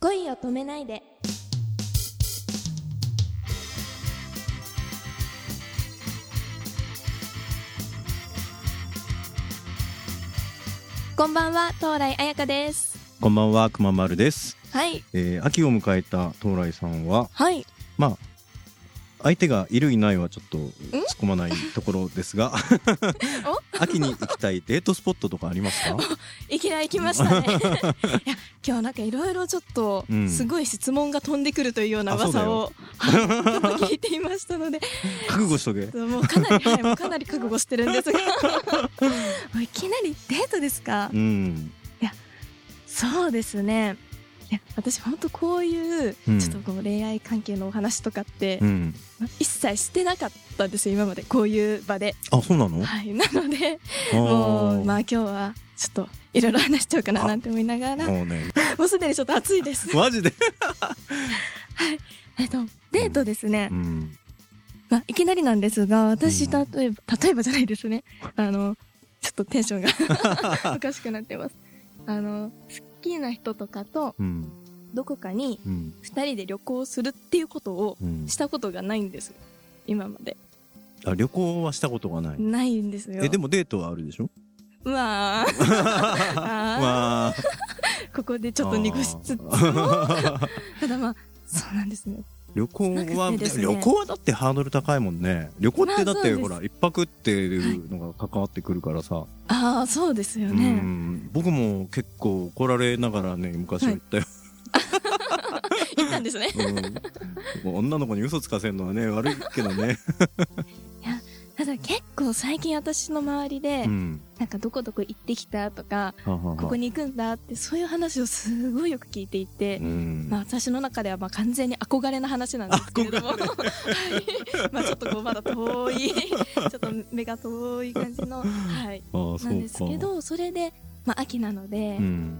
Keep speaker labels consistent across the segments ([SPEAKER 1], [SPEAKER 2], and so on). [SPEAKER 1] 恋を止めないでこんばんは東来彩香です
[SPEAKER 2] こんばんは、くままるです。
[SPEAKER 1] はい
[SPEAKER 2] えー、秋を迎えた東来さんは、
[SPEAKER 1] はい
[SPEAKER 2] まあ、相手がいるいないはちょっと突っ込まないところで すが、 秋に行きたいデートスポットとかありま すか
[SPEAKER 1] いきなり来ました ねいや今日なんかいろいろちょっと
[SPEAKER 2] うん
[SPEAKER 1] すごい質問が飛んでくるというような
[SPEAKER 2] あそうだ
[SPEAKER 1] 噂
[SPEAKER 2] よ
[SPEAKER 1] を、はい聞いていました ので
[SPEAKER 2] 覚悟し とけ。
[SPEAKER 1] もうかなり、はい、もうかなり覚悟してるん ですがもういきなりデートですか、
[SPEAKER 2] うん。
[SPEAKER 1] そうですねいや私本当こういう、
[SPEAKER 2] うん
[SPEAKER 1] ちょっとこう恋愛関係のお話とかって、
[SPEAKER 2] うん。
[SPEAKER 1] 一切してなかったんですよ今までこういう場で、
[SPEAKER 2] あ、そうなの
[SPEAKER 1] はい、なのでも
[SPEAKER 2] も
[SPEAKER 1] うまあ今日はちょっといろいろ話しちゃおうかな
[SPEAKER 2] あ
[SPEAKER 1] なんて思いながらも
[SPEAKER 2] もうね。
[SPEAKER 1] うすでにちょっと暑いです
[SPEAKER 2] マ ジで
[SPEAKER 1] えっとデートですね、
[SPEAKER 2] うん。
[SPEAKER 1] まあ、いきなりなんですが私
[SPEAKER 2] うん
[SPEAKER 1] 例えば例えばじゃないですねあのちょっとテンションが おかしくなってますあの好きな人とかと
[SPEAKER 2] うん。
[SPEAKER 1] どこかに
[SPEAKER 2] うん。
[SPEAKER 1] 2人で旅行するっていうことを
[SPEAKER 2] うん
[SPEAKER 1] し。たことがないんです今まで
[SPEAKER 2] あ、旅行はしたことがない。
[SPEAKER 1] ないんですよ
[SPEAKER 2] え、でもデートはあるでしょ
[SPEAKER 1] ま ああ
[SPEAKER 2] まあ、
[SPEAKER 1] ーここ でちょっと濁しつつ
[SPEAKER 2] あー
[SPEAKER 1] ただまあそうなんですね
[SPEAKER 2] 旅行は、
[SPEAKER 1] なくてですね
[SPEAKER 2] 旅行はだってハードル高いもんね旅行ってだっ
[SPEAKER 1] まあそうで
[SPEAKER 2] て
[SPEAKER 1] す
[SPEAKER 2] ほら一泊っていうのが関わってくるからさ、
[SPEAKER 1] ああそうですよ
[SPEAKER 2] う
[SPEAKER 1] ね、
[SPEAKER 2] ん僕も結構怒られながらね昔は言ったよ、
[SPEAKER 1] 行ったんですね
[SPEAKER 2] うん、もう女の子に嘘つかせるのはね悪いけど ね、
[SPEAKER 1] ただ結構最近私の周りで、
[SPEAKER 2] うん、
[SPEAKER 1] なんかどこどこ行ってきたとかこ
[SPEAKER 2] こ
[SPEAKER 1] こに行くんだってそういう話をすごいよく聞いていて、
[SPEAKER 2] うん
[SPEAKER 1] まあ、私の中ではまあ完全に憧れの話なんですけれども、はい、まあちょっとこうまだ遠いちょっと目が遠い感じの、はい、
[SPEAKER 2] あーそうか
[SPEAKER 1] なんですけどそれで、まあ、秋なので
[SPEAKER 2] う、ん、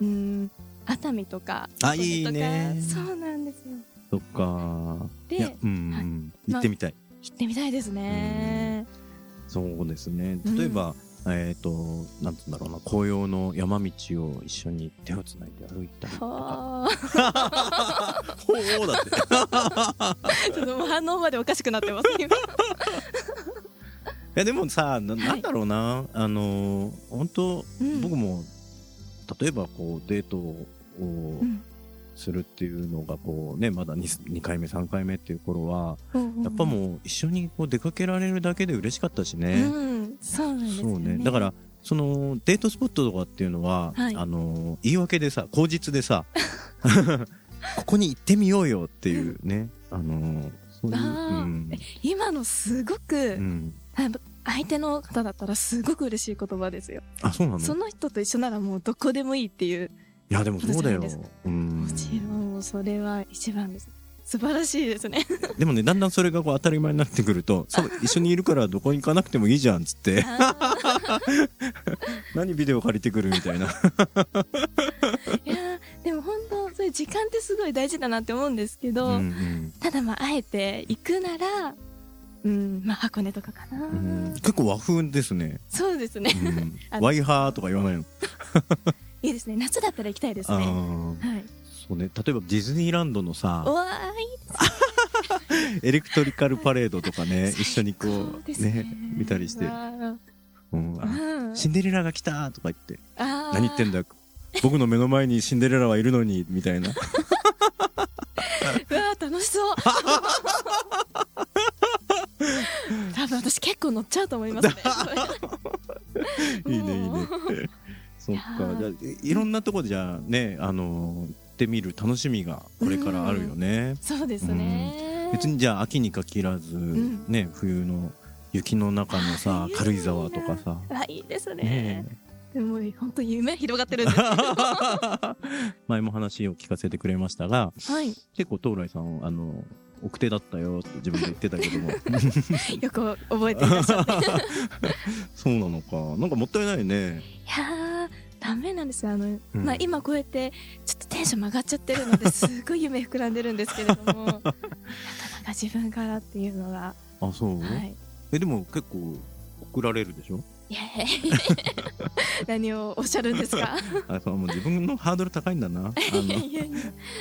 [SPEAKER 1] うん、熱海とか
[SPEAKER 2] あ
[SPEAKER 1] 箱根とか
[SPEAKER 2] いいね
[SPEAKER 1] そうなんですよ
[SPEAKER 2] そっかいや
[SPEAKER 1] で
[SPEAKER 2] うん、
[SPEAKER 1] はい
[SPEAKER 2] 行ってみたい、
[SPEAKER 1] 行ってみたいですね、
[SPEAKER 2] そうですね
[SPEAKER 1] うん
[SPEAKER 2] 例えば、えっ、となんつうんだろうな紅葉の山道を一緒に手をつないで歩い たりと か
[SPEAKER 1] はあ
[SPEAKER 2] ほうだって
[SPEAKER 1] ちょっともう反応までおかしくなってます 今
[SPEAKER 2] いやでもさななんだろうな、あのー本当、
[SPEAKER 1] うん
[SPEAKER 2] 僕も例えばこうデートを
[SPEAKER 1] うん
[SPEAKER 2] するっていうのがこうねまだ 2, 2回目3回目っていう頃はやっぱ
[SPEAKER 1] う
[SPEAKER 2] もう一緒にこう出かけられるだけで嬉しかったし
[SPEAKER 1] ん、
[SPEAKER 2] ね、
[SPEAKER 1] うん、そうなんです
[SPEAKER 2] そ
[SPEAKER 1] よ
[SPEAKER 2] う
[SPEAKER 1] ね
[SPEAKER 2] ねだからそのデートスポットとかっていうのは、
[SPEAKER 1] はい
[SPEAKER 2] あのー言い訳でさ口実 でさここに行ってみようよっていうね、あのーそういう、
[SPEAKER 1] あー
[SPEAKER 2] うん
[SPEAKER 1] 今のすごく、
[SPEAKER 2] うん、
[SPEAKER 1] あの相手の方だったらすごく嬉しい言葉ですよ、
[SPEAKER 2] あそうなの
[SPEAKER 1] その人と一緒ならもうどこでもいいっていう
[SPEAKER 2] いやでもそうだよ
[SPEAKER 1] ことじゃないで
[SPEAKER 2] うん
[SPEAKER 1] もちろんもうそれは一番です素晴らしいです ね
[SPEAKER 2] でもねだんだんそれがこう当たり前になってくる とそう一緒にいるからどこに行かなくてもいいじゃんっつって
[SPEAKER 1] あ
[SPEAKER 2] 何ビデオ借りてくるみたいな
[SPEAKER 1] ーいやーでも本当そういう時間ってすごい大事だなって思うんですけど、
[SPEAKER 2] うんうん
[SPEAKER 1] ただまああえて行くならうんまあ箱根とかかな、
[SPEAKER 2] うん結構和風ですね、
[SPEAKER 1] そうですね
[SPEAKER 2] うん
[SPEAKER 1] あ、の
[SPEAKER 2] ワイハーとか言わないの
[SPEAKER 1] いいですね夏だったら行きたいです
[SPEAKER 2] あ
[SPEAKER 1] ね
[SPEAKER 2] ー
[SPEAKER 1] はい、
[SPEAKER 2] そうね例えばディズニーランドの
[SPEAKER 1] お
[SPEAKER 2] さ
[SPEAKER 1] わーい
[SPEAKER 2] エレクトリカルパレードとか ね一緒にこ
[SPEAKER 1] そう
[SPEAKER 2] う
[SPEAKER 1] です
[SPEAKER 2] ね見たりして
[SPEAKER 1] うわー
[SPEAKER 2] 「うん、あ
[SPEAKER 1] うん
[SPEAKER 2] シンデレラが来た!」とか言って「
[SPEAKER 1] あー
[SPEAKER 2] 何言ってんだよ僕の目の前にシンデレラはいるのに」みたいな
[SPEAKER 1] うわー楽し そう多分私結構乗っちゃうと思いますね
[SPEAKER 2] いいねいいねって そっかじゃあいいろんなとこでじゃあねあのー行ってみる楽しみがこれからあるよね、
[SPEAKER 1] そうですね
[SPEAKER 2] 別にじゃあ秋に限らず、
[SPEAKER 1] ん
[SPEAKER 2] ね冬の雪の中の
[SPEAKER 1] あ
[SPEAKER 2] さ
[SPEAKER 1] ー
[SPEAKER 2] 軽井沢とかさ
[SPEAKER 1] あいいですね
[SPEAKER 2] ね
[SPEAKER 1] でも本当夢広がってるんです
[SPEAKER 2] え前も話を聞かせてくれましたが
[SPEAKER 1] はい
[SPEAKER 2] 結構東来さんあの奥手だったよって自分で言ってたけど も
[SPEAKER 1] よく覚えていらっしゃってい
[SPEAKER 2] そうなのかなんかもったいないね
[SPEAKER 1] やーダメなんですよあの、
[SPEAKER 2] うん
[SPEAKER 1] まあ今こうやってちょっとテンション曲がっちゃってるのですごい夢膨らんでるんですけれどもなかなか自分からっていうのが
[SPEAKER 2] あそう、
[SPEAKER 1] はい
[SPEAKER 2] えでも結構送られるでしょ
[SPEAKER 1] いやいやいや 何をおっしゃるんですか
[SPEAKER 2] あやっぱもう自分のハードル高いんだなあ
[SPEAKER 1] いや
[SPEAKER 2] の
[SPEAKER 1] いやいや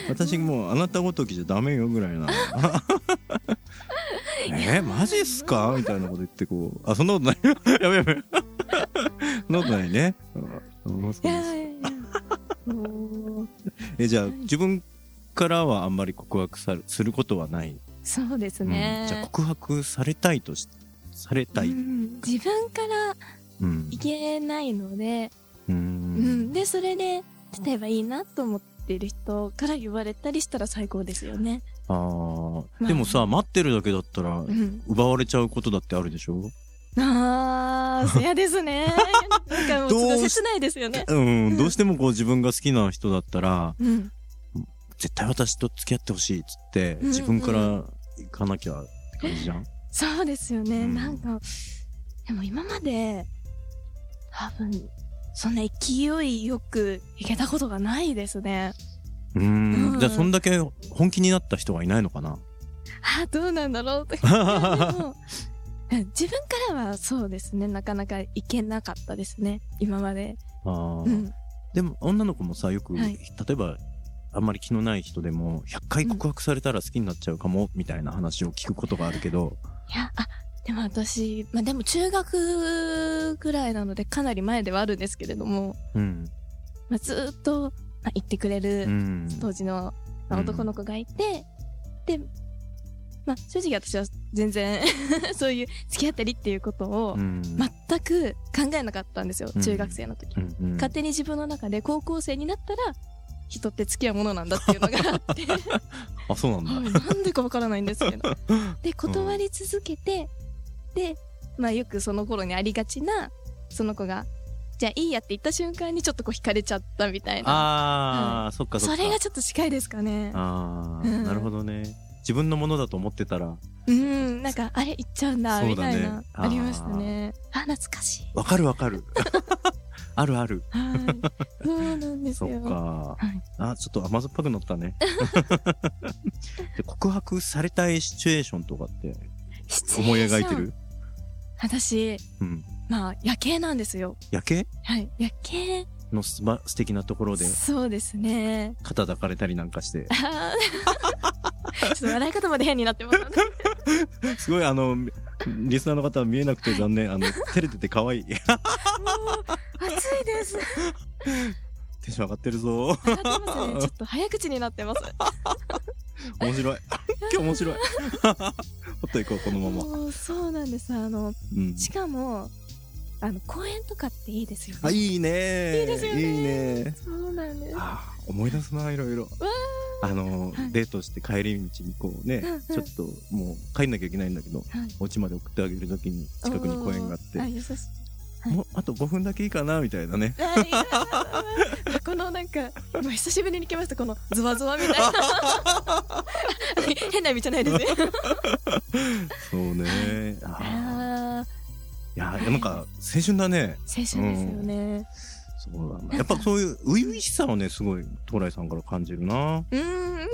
[SPEAKER 2] 私もうあなたごときじゃダメよぐらい なえマジっすかみたいなこと言ってこうあそんなことない やべやべそんなことないねうんあそ
[SPEAKER 1] い
[SPEAKER 2] うです
[SPEAKER 1] やいやいやもう
[SPEAKER 2] えじゃあ自分からはあんまり告白されすることはない、
[SPEAKER 1] そうです
[SPEAKER 2] うん
[SPEAKER 1] ね、
[SPEAKER 2] じゃあ告白されたいとしされたい、
[SPEAKER 1] う
[SPEAKER 2] うん
[SPEAKER 1] ん自分から
[SPEAKER 2] うん
[SPEAKER 1] いけないので、
[SPEAKER 2] う
[SPEAKER 1] うん
[SPEAKER 2] ん
[SPEAKER 1] でそれで例えばいいなと思ってる人から言われたりしたら最高ですよね。
[SPEAKER 2] あー
[SPEAKER 1] まあ
[SPEAKER 2] でもさ待ってるだけだったら
[SPEAKER 1] うん、
[SPEAKER 2] 奪われちゃうことだってあるでしょ
[SPEAKER 1] あ ーそやですね。なんかもうすごい切ないですよね。
[SPEAKER 2] うん、どうしてもこう自分が好きな人だったら
[SPEAKER 1] うん、
[SPEAKER 2] 絶対私と付き合ってほしいっつって
[SPEAKER 1] うん
[SPEAKER 2] 自分から行かなきゃって感じじゃん、
[SPEAKER 1] そうですよね。
[SPEAKER 2] うん
[SPEAKER 1] なんかでも今まで多分そんな勢いよくいけたことがないですね。
[SPEAKER 2] うん
[SPEAKER 1] うん
[SPEAKER 2] じゃあそんだけ本気になった人はいないのかな
[SPEAKER 1] あーどうなんだろうとか でもうん自分からはそうですねなかなかいけなかったですね今まで、
[SPEAKER 2] あー
[SPEAKER 1] うん、
[SPEAKER 2] でも女の子もさよく、
[SPEAKER 1] はい
[SPEAKER 2] 例えばあんまり気のない人でも100回告白されたら好きになっちゃうかもみたいな話を聞くことがあるけど、
[SPEAKER 1] いやあでも私、まあ、でも中学ぐらいなのでかなり前ではあるんですけれども、
[SPEAKER 2] うん
[SPEAKER 1] まあ、ずーっと、まあ、言ってくれ
[SPEAKER 2] う
[SPEAKER 1] る
[SPEAKER 2] ん、
[SPEAKER 1] 当時の、まあ、
[SPEAKER 2] うん
[SPEAKER 1] 男の子がいて、で、まあ、正直私は全然 そういう付き合ったりっていうことを
[SPEAKER 2] うん
[SPEAKER 1] 全く考えなかったんですよ
[SPEAKER 2] うん
[SPEAKER 1] 中学生の時。
[SPEAKER 2] うんうん
[SPEAKER 1] 勝手に自分の中で高校生になったら人って付き合うものなんだっていうのがあっては
[SPEAKER 2] あそうなんだ、
[SPEAKER 1] いなんでかわからないんですけ どで断り続けてで、まあ、よくその頃にありがちなその子が「じゃあいいや」って言った瞬間にちょっとこう惹かれちゃったみたいな
[SPEAKER 2] あー、そっかそっ
[SPEAKER 1] そ
[SPEAKER 2] か
[SPEAKER 1] れがちょっと近いですかね
[SPEAKER 2] あ
[SPEAKER 1] う
[SPEAKER 2] ー、
[SPEAKER 1] ん
[SPEAKER 2] なるほどね自分のものだと思ってたら
[SPEAKER 1] うんなんかあれ行っちゃうんだ
[SPEAKER 2] そう
[SPEAKER 1] み
[SPEAKER 2] だ
[SPEAKER 1] た
[SPEAKER 2] ね
[SPEAKER 1] いな
[SPEAKER 2] あ
[SPEAKER 1] あ,、
[SPEAKER 2] ー
[SPEAKER 1] りましたねあ懐か しい
[SPEAKER 2] わかる わかるあるある
[SPEAKER 1] はいそうなんです
[SPEAKER 2] そ
[SPEAKER 1] よ
[SPEAKER 2] っか、
[SPEAKER 1] はい
[SPEAKER 2] あちょっと甘酸っぱく なったねで告白されたいシチュエーションとかって
[SPEAKER 1] シチュエーション
[SPEAKER 2] 思い描いてる
[SPEAKER 1] 私
[SPEAKER 2] うん
[SPEAKER 1] まあ夜景なんですよ
[SPEAKER 2] 夜景
[SPEAKER 1] はい夜景
[SPEAKER 2] のすば素敵なところで
[SPEAKER 1] そうですね。
[SPEAKER 2] 肩抱かれたりなんかして
[SPEAKER 1] あー ちょっと笑い方まで変になってます、ね。
[SPEAKER 2] すごいあのリスナーの方は見えなくて残念あの照れてて可愛い テ
[SPEAKER 1] 暑いです。
[SPEAKER 2] ンション上がってる
[SPEAKER 1] 上
[SPEAKER 2] ぞ
[SPEAKER 1] がってます ね。ちょっと早口になってます。
[SPEAKER 2] 面白 い今日面白い ほっといこうこのまま、
[SPEAKER 1] もうそうなんです。あの
[SPEAKER 2] うん、
[SPEAKER 1] しかもあの公園とかっていいですよ、ね。
[SPEAKER 2] あいいね
[SPEAKER 1] いいですよね
[SPEAKER 2] いいね
[SPEAKER 1] そうなんです。
[SPEAKER 2] あー思い出すないろいろ
[SPEAKER 1] わ
[SPEAKER 2] あの、
[SPEAKER 1] はい
[SPEAKER 2] デートして帰り道にこうね、
[SPEAKER 1] うんうん
[SPEAKER 2] ちょっともう帰んなきゃいけないんだけど、
[SPEAKER 1] はい
[SPEAKER 2] お家まで送ってあげるときに近くに公園があって
[SPEAKER 1] おーあ優しい。はい
[SPEAKER 2] もうあと5分だけいいかなみたいなね
[SPEAKER 1] あいいなー このなんか今久しぶりに来ましたこのズワズワみたいな 変な意味じゃないですね。
[SPEAKER 2] そうねあー
[SPEAKER 1] ああ
[SPEAKER 2] いやーなんか青春だね
[SPEAKER 1] 青春ですよね。
[SPEAKER 2] そうだなやっぱそういう初々しさをねすごい東来さんから感じる な、
[SPEAKER 1] うーん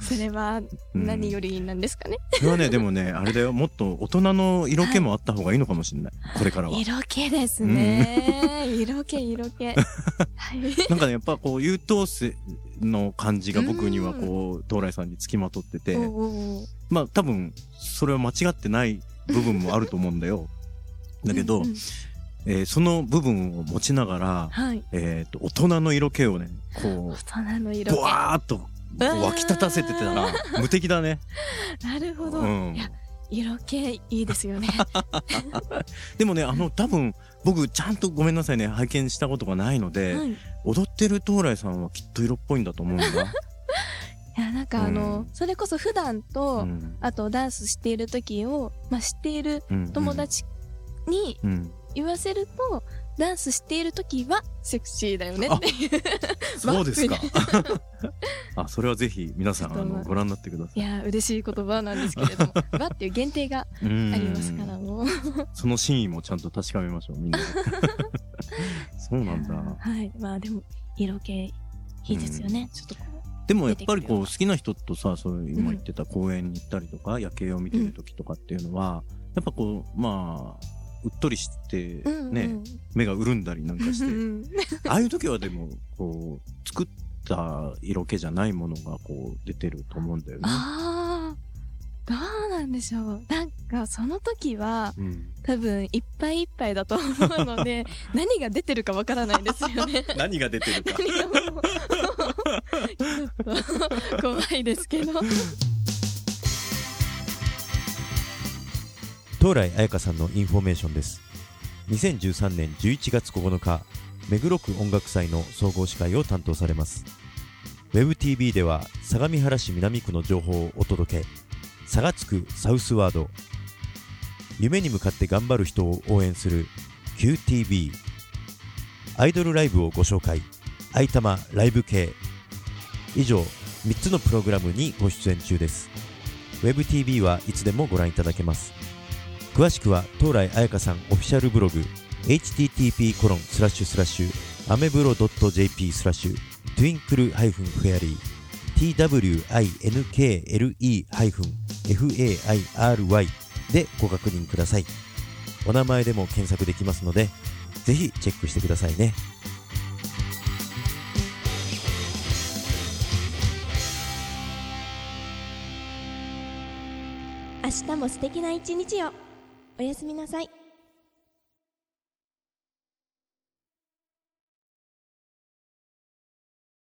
[SPEAKER 1] それは
[SPEAKER 2] うん、
[SPEAKER 1] 何よ
[SPEAKER 2] り
[SPEAKER 1] りなんですかね。
[SPEAKER 2] それはねでもねあれだよもっと大人の色気もあった方がいいのかもしれない、これからは
[SPEAKER 1] 色気ですね。色気色 気。はい。
[SPEAKER 2] なんかねやっぱこう優等生の感じが僕にはこう東来さんにつきまとってて
[SPEAKER 1] おうおう
[SPEAKER 2] まあ多分それは間違ってない部分もあると思うんだよだけど、
[SPEAKER 1] うんうん
[SPEAKER 2] えーその部分を持ちながら、
[SPEAKER 1] はい。
[SPEAKER 2] えー、と大人の色気をねこ
[SPEAKER 1] 大人の
[SPEAKER 2] う
[SPEAKER 1] 色
[SPEAKER 2] ぼ
[SPEAKER 1] 気。
[SPEAKER 2] わーっとこう湧き立たせてたら無敵だね、
[SPEAKER 1] なるほど。
[SPEAKER 2] う
[SPEAKER 1] い
[SPEAKER 2] ん、
[SPEAKER 1] や色気いいですよ ね。
[SPEAKER 2] でもねあの多分僕ちゃんとごめんなさいね拝見したことがないので、
[SPEAKER 1] はい。い
[SPEAKER 2] 踊ってる東来さんはきっと色っぽいんだと思うんだ、
[SPEAKER 1] やなんかあの、
[SPEAKER 2] うん
[SPEAKER 1] それこそ普段と、
[SPEAKER 2] うん
[SPEAKER 1] あとダンスしている時をまあ知っている
[SPEAKER 2] うん
[SPEAKER 1] 友達に
[SPEAKER 2] うん
[SPEAKER 1] 言わせると。ダンスしている時はセクシーだよねっていう
[SPEAKER 2] そうですか。 あ、それはぜひ皆さん
[SPEAKER 1] ちょっ
[SPEAKER 2] あ
[SPEAKER 1] と
[SPEAKER 2] のご覧になってくだ さ
[SPEAKER 1] い
[SPEAKER 2] い。
[SPEAKER 1] や嬉しい言葉なんですけれ ども「わ」っていう限定が
[SPEAKER 2] うーん
[SPEAKER 1] ありますからもう
[SPEAKER 2] その真意もちゃんと確かめましょう みんなで。そうなんだ。
[SPEAKER 1] はい、まあでも色気いいですよね。ちょっとこ
[SPEAKER 2] でもやっぱりこう好きな人とさ、そういう今言ってた公園に行ったりとか夜景を見てる時とかっていうのは、やっぱこうまあうっとりして
[SPEAKER 1] うんうん
[SPEAKER 2] ね、目が潤んだりなんかし
[SPEAKER 1] う
[SPEAKER 2] て
[SPEAKER 1] ん
[SPEAKER 2] ああいう時はでもこう作った色気じゃないものがこう出てると思うんだよね。
[SPEAKER 1] ああどうなんでしょうなんかその時は
[SPEAKER 2] うん、
[SPEAKER 1] 多分いっぱいいっぱいだと思うので何が出てるかわからないですよね。
[SPEAKER 2] 何が出てるか
[SPEAKER 1] 何がもうちょっと怖いですけど
[SPEAKER 3] 東来彩香さんのインフォメーションです2013年11月9日目黒区音楽祭の総合司会を担当されます WebTV では相模原市南区の情報をお届け差がつくサウスワード夢に向かって頑張る人を応援する QTV アイドルライブをご紹介「あいたまライブ系」以上3つのプログラムにご出演中です WebTV はいつでもご覧いただけます詳しくは東来彩香さんオフィシャルブログ http コロンスラッシュスラッシュアメブロ .jp スラッシュトゥインクルハイフンフェアリー twinkle ハイフン fairy でご確認くださいお名前でも検索できますのでぜひチェックしてくださいね
[SPEAKER 4] 明日も素敵な一日をおやすみなさい